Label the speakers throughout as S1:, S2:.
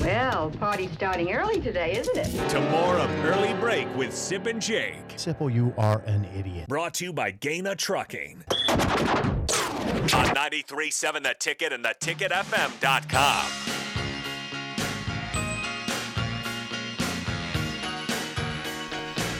S1: Well, party's starting early today, isn't it?
S2: To more of Early Break with Sip and Jake.
S3: Sipple, you are an idiot.
S2: Brought to you by Gaina Trucking. On 93.7 The Ticket and theticketfm.com.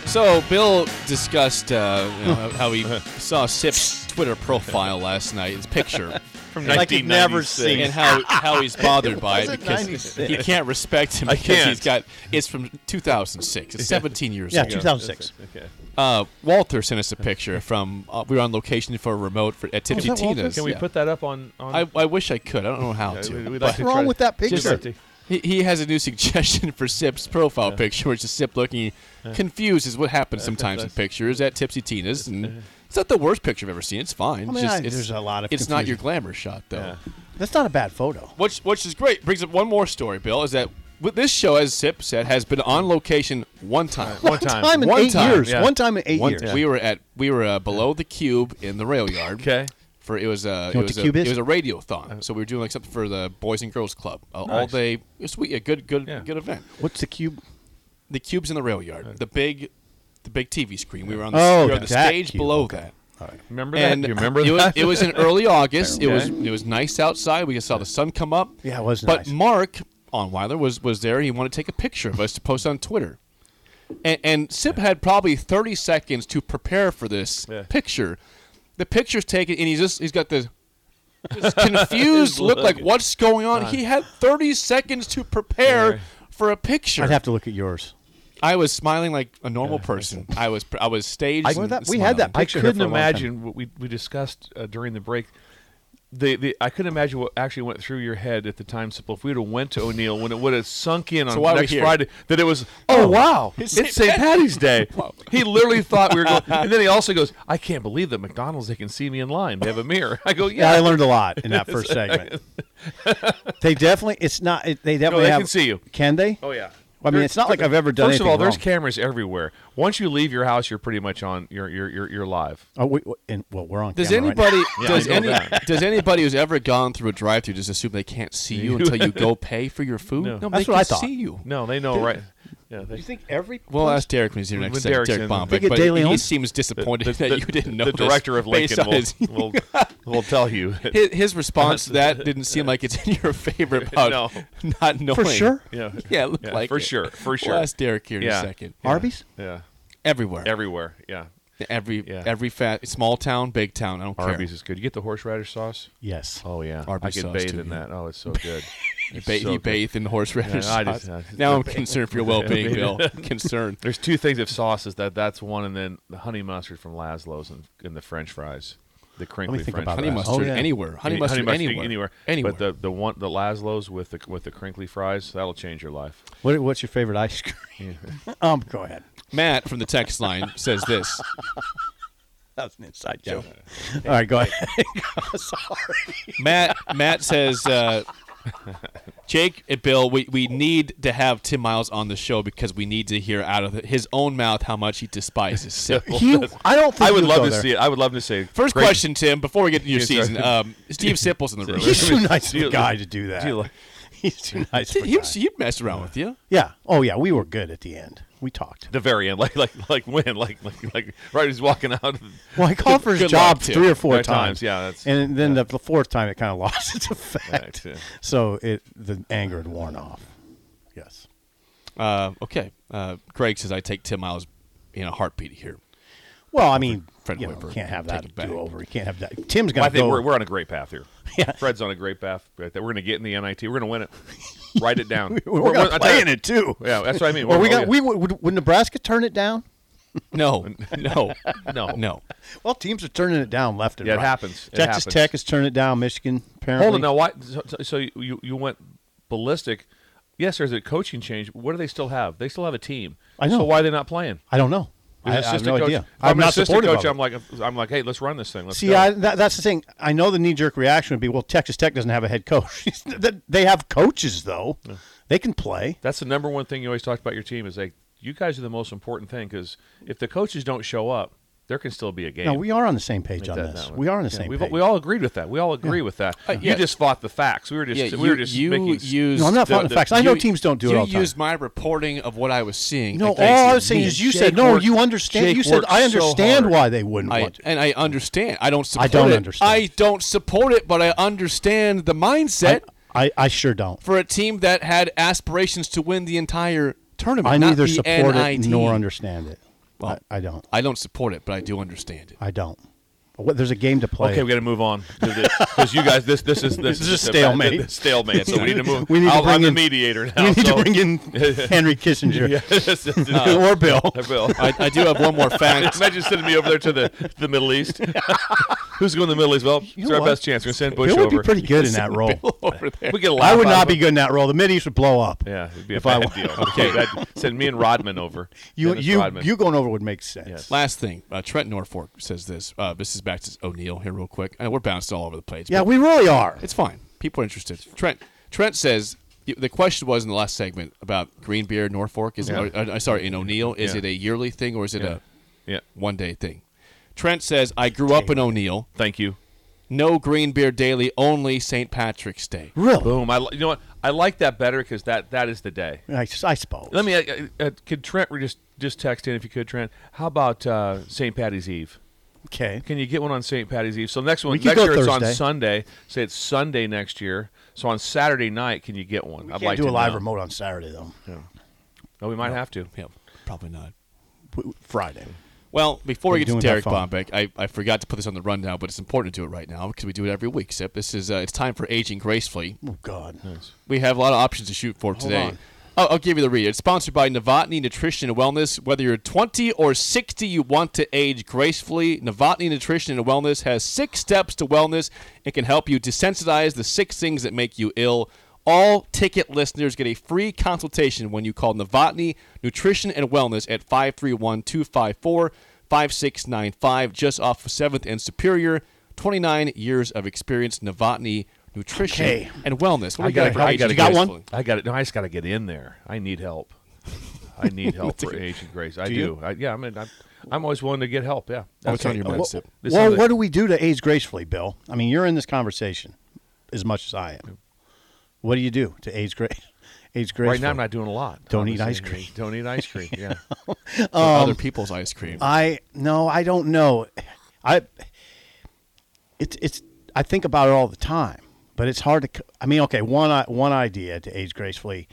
S4: So Bill discussed uh, you know, how he saw Sip's Twitter profile last night, his picture,
S5: From
S3: Like it never
S5: 1996.
S4: and how how he's bothered
S3: It
S4: by it
S3: wasn't
S4: because
S3: 96.
S4: you can't respect him
S5: I
S4: because
S5: can't.
S4: he's got it's from 2006. It's 17 years
S3: Yeah,
S4: ago.
S3: 2006.
S5: Okay.
S4: Uh, Walter sent us a picture from uh, we were on location for a remote for, at
S5: Is that Walter?
S4: Tipitina's.
S5: Can we
S4: yeah.
S5: put that up on? on
S4: I, I wish I could. I don't know how
S5: Yeah,
S4: to.
S5: we- we'd
S4: but-
S5: like
S3: What's
S5: to
S3: wrong
S5: try-
S3: with that
S5: Just-
S3: picture?
S4: He, he has a new suggestion for Sip's profile picture, which is Sip looking confused, is what happens sometimes in pictures at Tipsy Tina's. And it's not the worst picture I've ever seen. It's
S3: I
S4: fine. It's
S3: mean,
S4: just,
S3: I-
S4: it's,
S3: there's a lot of
S4: It's not your
S3: confusion.
S4: glamour shot, though.
S3: That's not a bad photo.
S4: Which, which is great. Brings up one more story, Bill, is that with this show, as Sip said, has been on location one time.
S5: One
S3: One
S5: time.
S3: time in
S4: One
S3: eight
S4: time,
S3: years.
S5: yeah.
S3: One time in eight
S4: One-
S3: years.
S4: We were at we were uh, below the cube in the rail yard.
S5: Okay.
S4: For it was a
S3: You know
S4: it
S3: what
S4: was
S3: the
S4: a,
S3: cube is? Uh-huh.
S4: it was a radiothon. So we were doing like something for the Boys and Girls Club uh, all
S5: Nice.
S4: day. It was sweet, a good good
S5: Yeah.
S4: good event.
S3: What's the cube?
S4: the cubes in the rail yard, the big, the big TV screen. We were on the,
S3: Oh,
S4: we were on the
S3: that
S4: stage
S3: cube,
S4: below
S3: okay.
S4: that.
S5: Remember
S4: And
S5: that? You remember
S4: it was,
S5: that?
S4: it was in early August. It was
S5: Okay.
S4: it was nice outside. We saw the sun come up.
S3: Yeah, it was
S4: But
S3: nice.
S4: Mark on Weiler was was there. He wanted to take a picture of us to post on Twitter. And, and Sip had probably 30 seconds to prepare for this
S5: Yeah.
S4: picture. The picture's taken, and he's just he's got the just confused look, like what's going on. He had 30 seconds to prepare
S5: Yeah.
S4: for a picture.
S3: I'd have to look at yours.
S4: I was smiling like a normal person. I was I was staged.
S3: I-
S4: and
S3: Well, that- we had that
S4: smiling.
S3: pic-
S5: I
S3: picture here
S5: couldn't
S3: for a long time.
S5: imagine what we, we discussed uh, during the break. The, the I couldn't imagine what actually went through your head at the time. Simple. If we'd have went to O'Neill when it would have sunk in on
S4: So why we're
S5: next
S4: here.
S5: Friday that it was oh wow it's, St. Patty's Day. he literally thought we were going. And then he also goes, I can't believe that McDonald's they can see me in line. They have a mirror. I go
S3: Yeah,
S5: yeah.
S3: I learned a lot in that first segment. they definitely. It's not. It, they definitely
S5: they
S3: have-
S5: can see you.
S3: Can they?
S5: Oh yeah.
S3: I mean,
S5: There-
S3: it's not like I've ever done
S5: First of all,
S3: anything
S5: there's
S3: wrong.
S5: cameras everywhere. Once you leave your house, you're pretty much on. You're you're you're, you're live.
S3: Oh, we, we- and, well, we're on.
S4: Does
S3: camera right now.
S4: anybody
S5: Yeah,
S4: does
S5: I know
S4: any
S5: that.
S4: does anybody who's ever gone through a drive-through just assume they can't see you until you go pay for your food?
S5: No.
S4: they
S3: That's
S4: can
S3: what I thought.
S4: see you.
S5: No, they know right. Yeah, they,
S3: You think every?
S4: Well, ask Derek when he's here
S5: When-
S4: next.
S5: when
S4: Derek,
S5: Derek's
S4: Derek
S5: in, I
S4: Bombeck,
S3: think it
S4: but
S3: Daily
S4: he
S3: Own-
S4: seemed disappointed
S5: the-
S4: that you didn't know.
S5: the
S4: this
S5: director of
S4: based
S5: Lincoln
S4: on
S5: will,
S4: his,
S5: will, will tell you.
S4: his, his response to that didn't seem like it's in your favor about
S5: No.
S4: not knowing.
S3: sure?
S5: Yeah.
S4: Yeah, it looked
S5: Yeah,
S4: like
S5: for
S4: it.
S5: sure, for
S4: We'll
S5: sure.
S4: ask Derek here
S5: Yeah.
S4: in a second.
S3: Arby's.
S5: yeah,
S4: Everywhere.
S5: everywhere. Yeah,
S4: Every
S5: Yeah.
S4: every fat small town, big town. I don't care.
S5: Arby's is good. You get the horseradish sauce.
S3: Yes.
S5: Oh yeah,
S4: Arby's
S5: I could
S4: sauce,
S5: bathe
S4: too,
S5: in
S4: yeah.
S5: that. Oh, it's so good.
S4: You,
S5: It's
S4: ba-
S5: so
S4: you
S5: good.
S4: bathe in horseradish
S5: Yeah, I just-
S4: sauce.
S5: I just-
S4: now I'm concerned for your well-being, Bill. concerned.
S5: There's two things of sauces that that's one, and then the honey mustard from Laszlo's and, and the French fries, the crinkly
S3: think
S5: French
S3: about
S4: Honey
S3: that.
S5: fries.
S4: mustard
S3: yeah.
S4: anywhere. Honey
S5: Yeah,
S4: mustard anywhere.
S5: anywhere,
S4: Anywhere.
S5: But the, the one the Laszlo's with the with the crinkly fries that'll change your life.
S3: What, what's your favorite ice cream? um, go ahead.
S4: Matt from the text line says this.
S3: That was an inside joke. All right, go ahead. Sorry.
S4: Matt Matt says, uh, Jake and Bill, we, we need to have Tim Miles on the show because we need to hear out of his own mouth how much he despises Sip.
S3: He, I don't think
S5: I would
S3: you'd
S5: love
S3: go
S5: to
S3: there.
S5: see it. I would love to see it.
S4: First
S5: Great-
S4: question, Tim, before we get into your
S5: Yes, sir.
S4: season. Um, Steve Sipple's in the room.
S3: He's too nice
S5: Do
S3: of a
S5: you-
S3: guy to do
S5: do you
S3: that.
S5: like-
S3: He's too nice. of a
S4: He,
S3: guy.
S4: he messed around with you.
S3: Yeah. Oh yeah, we were good at the end. We talked.
S5: the very end, like like like when, like like like right as walking out.
S3: Well, I called for his
S4: Good
S3: job
S4: luck, too.
S3: three or four
S5: Right
S3: times.
S5: times, yeah, that's-
S3: and then the, the fourth time it kind of lost its effect.
S5: yeah.
S3: So it the anger had worn off. Yes.
S4: Uh, okay. Uh, Craig says, I take Tim Miles in a heartbeat here.
S3: Well, I mean,
S4: Fred
S3: you know,
S4: Hoiberg,
S3: you can't have
S4: take
S3: that
S4: it back.
S3: do over. You can't have that. Tim's
S5: Well,
S3: got
S5: I
S3: to go.
S5: think we're, we're on a great path here.
S3: Yeah.
S5: Fred's on a great path. Right there. We're going to get in the NIT. We're going to win it. Write it down.
S3: we're, gonna
S5: I tell
S3: play
S5: you-
S3: in it too.
S5: Yeah, that's what I mean.
S3: Or we
S5: We're-
S3: got
S5: oh,
S3: we would, would would Nebraska turn it down?
S4: No, no,
S5: yeah. no
S4: no.
S3: Well, teams are turning it down left and
S5: Yeah, it
S3: right.
S5: happens. It
S3: Texas
S5: happens.
S3: Tech is turning it down. Michigan apparently.
S5: Hold on. Now, why? So, so you you went ballistic. Yes, there's a coaching change. What do they still have? They still have a team.
S3: I know.
S5: So why are they not playing?
S3: I don't know.
S5: As
S3: I, I have
S5: assistant
S3: no
S5: coach,
S3: idea.
S5: If
S3: not
S5: I'm, an assistant
S3: supportive
S5: coach.
S3: of it.
S5: I'm like I'm like, hey, let's run this thing. Let's
S3: See,
S5: go.
S3: I, that, that's the thing. I know the knee jerk reaction would be, well, Texas Tech doesn't have a head coach. That- they have coaches, though. They can play.
S5: That's the number one thing you always talk about your team is like you guys are the most important thing because if the coaches don't show up, There can still be a game.
S3: No, we are on the same page
S5: Make
S3: on
S5: that-
S3: this.
S5: that one.
S3: We are on the
S5: Yeah,
S3: same
S5: we've-
S3: page.
S5: We all agreed with that. We all agree with that.
S4: Uh, yeah.
S5: You just fought the facts. We were just
S4: yeah,
S5: we
S4: you,
S5: were just
S4: you
S5: making.
S4: used.
S3: No, I'm not
S5: the-
S3: fighting
S5: the-
S3: facts. I know teams don't do
S4: you
S3: it all the time.
S4: used my reporting of what I was seeing.
S3: no, all I
S4: against me.
S3: was saying is you
S5: Jake
S3: said no.
S5: worked-
S3: You understand?
S5: Jake
S3: You said
S5: worked
S3: I
S5: so
S3: understand
S5: hard."
S3: why they wouldn't
S4: I,
S3: want. to.
S4: and I understand. I don't support
S3: don't
S4: it.
S3: understand.
S4: I don't support it, but I understand the mindset
S3: I, I sure don't.
S4: for a team that had aspirations to win the entire tournament.
S3: I
S4: not
S3: neither
S4: the
S3: support
S4: NIT.
S3: it nor understand it.
S4: Well-
S3: I, I don't.
S4: I don't support it, but I do understand it.
S3: I don't. What, there's a game to play.
S5: Okay, we got to move on because you guys, this this is this,
S3: This is
S5: just a
S3: stalemate.
S5: bad- stalemate. So we need to move.
S3: We need to
S5: I'll-
S3: bring
S5: I'm the
S3: in-
S5: mediator now.
S3: you need
S5: so-
S3: to bring in Henry Kissinger
S5: Yeah, this is-
S3: or Bill.
S5: Bill.
S4: I, I do have one more fact.
S5: Imagine sending me over there to the, the Middle East. Who's going to the Middle East? Well,
S3: You
S5: it's
S3: know
S5: our
S3: what?
S5: best chance. We're going to send Bush
S3: Bill would be
S5: over.
S3: pretty good in that role.
S4: over there.
S5: we get a laugh
S3: I would
S5: out
S3: not
S5: of
S3: be
S5: him.
S3: good in that role. The Mideast would blow up.
S5: Yeah, it'd be a
S3: If I
S5: bad
S3: were-
S5: deal. Okay, that, send me and Rodman over.
S3: You
S5: Dennis
S3: you
S5: Rodman.
S3: you going over would make sense.
S5: Yes.
S4: Last thing, uh, Trent Norfolk says this. Uh, this is back to O'Neill here, real quick. Uh, we're bounced all over the place.
S3: Yeah,
S4: but
S3: we really are.
S4: it's fine. People are interested. Trent Trent says the question was in the last segment about green beer Norfolk. Is
S5: Yeah.
S4: or, uh, sorry in O'Neill? Is
S5: Yeah.
S4: it a yearly thing or is it
S5: Yeah. Yeah.
S4: a one day thing? Trent says I grew up in O'Neill.
S5: Thank you.
S4: No green beer daily. Only St. Patrick's Day.
S3: Really,
S5: Boom. I li- you know what? I like that better because that that is the day.
S3: I, s- I suppose.
S5: Let me. Uh, uh, could Trent re- just just text in if you could, Trent? How about uh, St. Patty's Eve?
S3: Okay.
S5: Can you get one on St. Patty's Eve? So next one,
S3: We could
S5: next
S3: go
S5: year it's on
S3: Thursday.
S5: Sunday. Say it's Sunday next year. So on Saturday night, can you get one? I'd
S3: Can't
S5: like
S3: do
S5: to
S3: a live
S5: know.
S3: remote on Saturday though.
S5: Oh, we might have to.
S4: Yeah, probably not.
S3: W- Friday.
S4: Well, before
S3: What are
S4: we
S3: you
S4: get to
S3: doing
S4: Derek
S3: with that phone?
S4: Bombeck, I, I forgot to put this on the rundown, but it's important to do it right now because we do it every week. Sip, this is uh, it's time for aging gracefully.
S3: Oh God.
S4: We have a lot of options to shoot for today.
S3: on.
S4: I'll, I'll give you the read. It's sponsored by Novotny Nutrition and Wellness. Whether you're 20 or 60, you want to age gracefully. Novotny Nutrition and Wellness has six steps to wellness and can help you desensitize the six things that make you ill. All ticket listeners get a free consultation when you call Novotny Nutrition and Wellness at 531 254 5695, just off of 7th and Superior. 29 years of experience, Novotny Nutrition
S3: Okay.
S4: and Wellness. What do
S5: I
S4: we
S5: gotta,
S4: got for
S5: I
S4: aging
S5: gotta
S3: You got
S5: get-
S3: one?
S5: I got it. No, I just got to get in there. I need help. I need help for Agent Grace. I do.
S3: you?
S5: I, yeah, I mean, I'm, I'm always willing to get help. Yeah.
S4: What's on your
S3: Uh,
S4: mind,
S3: wh-
S4: Sip?
S5: This
S3: well,
S5: other-
S3: what do we do to age gracefully, Bill? I mean, you're in this conversation as much as I am. What do you do to age grace? Age gracefully.
S5: Right now, I'm not doing a lot.
S3: Don't eat
S5: Honestly,
S3: ice cream.
S5: Don't eat ice cream. Yeah.
S4: Or other people's ice cream.
S3: I no, I don't know. I it's it's I think about it all the time, but it's hard to. c- I mean, okay, one i- one idea to age gracefully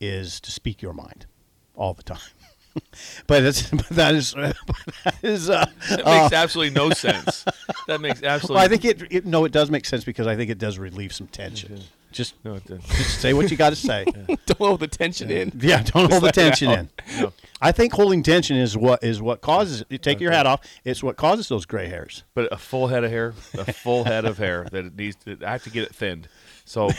S3: is to speak your mind all the time. but it's but that is but that is. Uh,
S5: That makes absolutely no sense. That makes absolutely.
S3: well, I think it, it no, it does make sense because I think it does relieve some tension. Just
S5: No, it doesn't.
S3: just say what you got to say.
S4: Don't hold the tension in.
S3: Yeah, don't hold the tension in.
S5: No.
S3: I think holding tension is what is what causes it. You take your hat off. It's what causes those gray hairs.
S5: but a full head of hair, a full head of hair that it needs. To, I have to get it thinned. So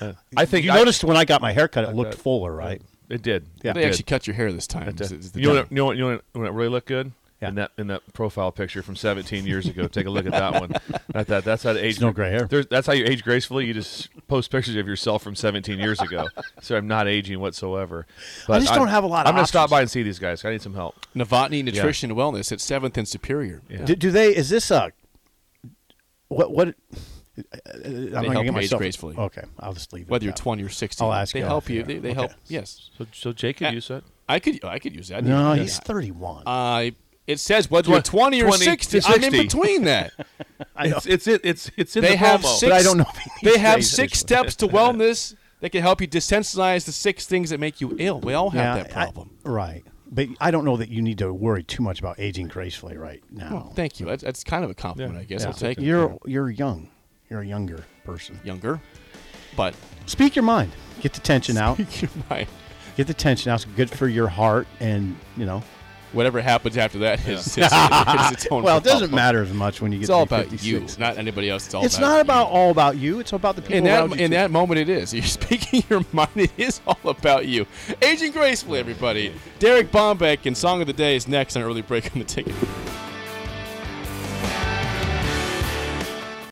S5: uh, I think
S3: You
S5: I-
S3: noticed when I got my haircut, it looked fuller, right?
S5: it did.
S3: Yeah.
S5: It
S4: They
S5: did.
S4: actually cut your hair this time.
S5: It
S4: Is-
S5: did.
S4: is the
S5: You know,
S4: time.
S5: what, you know what? You know what? When it really looked good.
S3: Yeah.
S5: In that in that profile picture from 17 years ago, take a look at that one. That, that that's how to age.
S3: no gray hair.
S5: There's, that's how you age gracefully. You just post pictures of yourself from 17 years ago. so I'm not aging whatsoever. But
S3: just
S5: I'm-
S3: don't have a lot of
S5: I'm gonna stop
S3: options.
S5: by and see these guys. I need some help.
S4: Novotny Nutrition and Wellness at 7th and Superior.
S5: Yeah.
S3: Do, do they? Is this a what? What? uh, I'm not gonna
S4: help you age
S3: get myself
S4: gracefully.
S3: Okay, I'll just leave it.
S4: Whether you're
S3: at that.
S4: 20 or 60,
S3: I'll ask
S4: they
S3: you
S4: help
S3: off
S4: you.
S3: air.
S4: They, they
S3: Okay.
S4: help. Yes,
S5: So so Jake could
S4: Uh,
S5: use that.
S4: I could. I could use that.
S3: No,
S4: Yeah.
S3: he's 31.
S4: I. it says whether you're
S5: Twen-
S4: 20 or
S5: 20 to
S4: 60. I'm in
S5: 60.
S4: between that.
S3: I know.
S5: It's it's it, it's it's in
S4: they
S5: the
S4: have
S5: promo.
S4: six.
S3: I don't know if he
S4: they
S3: needs
S4: have
S3: days,
S4: six
S3: actually.
S4: steps to wellness that can help you desensitize the six things that make you ill. We all have
S3: Yeah,
S4: that
S3: I-
S4: problem.
S3: right? But I don't know that you need to worry too much about aging gracefully right now.
S4: Thank you. That's, that's kind of a compliment,
S5: Yeah.
S4: I guess.
S5: Yeah.
S4: I'll take it.
S3: you're you're young. You're a younger person.
S4: Younger, but
S3: Speak your mind. Get the tension out.
S4: you're right.
S3: Get the tension out. It's good for your heart, and you know.
S4: whatever happens after that is, is, is its own
S3: Well, it doesn't
S4: problem.
S3: matter as much when you get.
S4: It's
S3: to
S4: all
S3: be
S4: about
S3: 56.
S4: you, not anybody else. It's all
S3: It's
S4: about
S3: not about
S4: you.
S3: all about you. It's about the people
S4: in
S3: around
S4: that
S3: you.
S4: in
S3: too.
S4: that moment. It is. You're speaking your mind. It is all about you. Aging gracefully, everybody. Derek Bombeck and Song of the Day is next on early break on the ticket.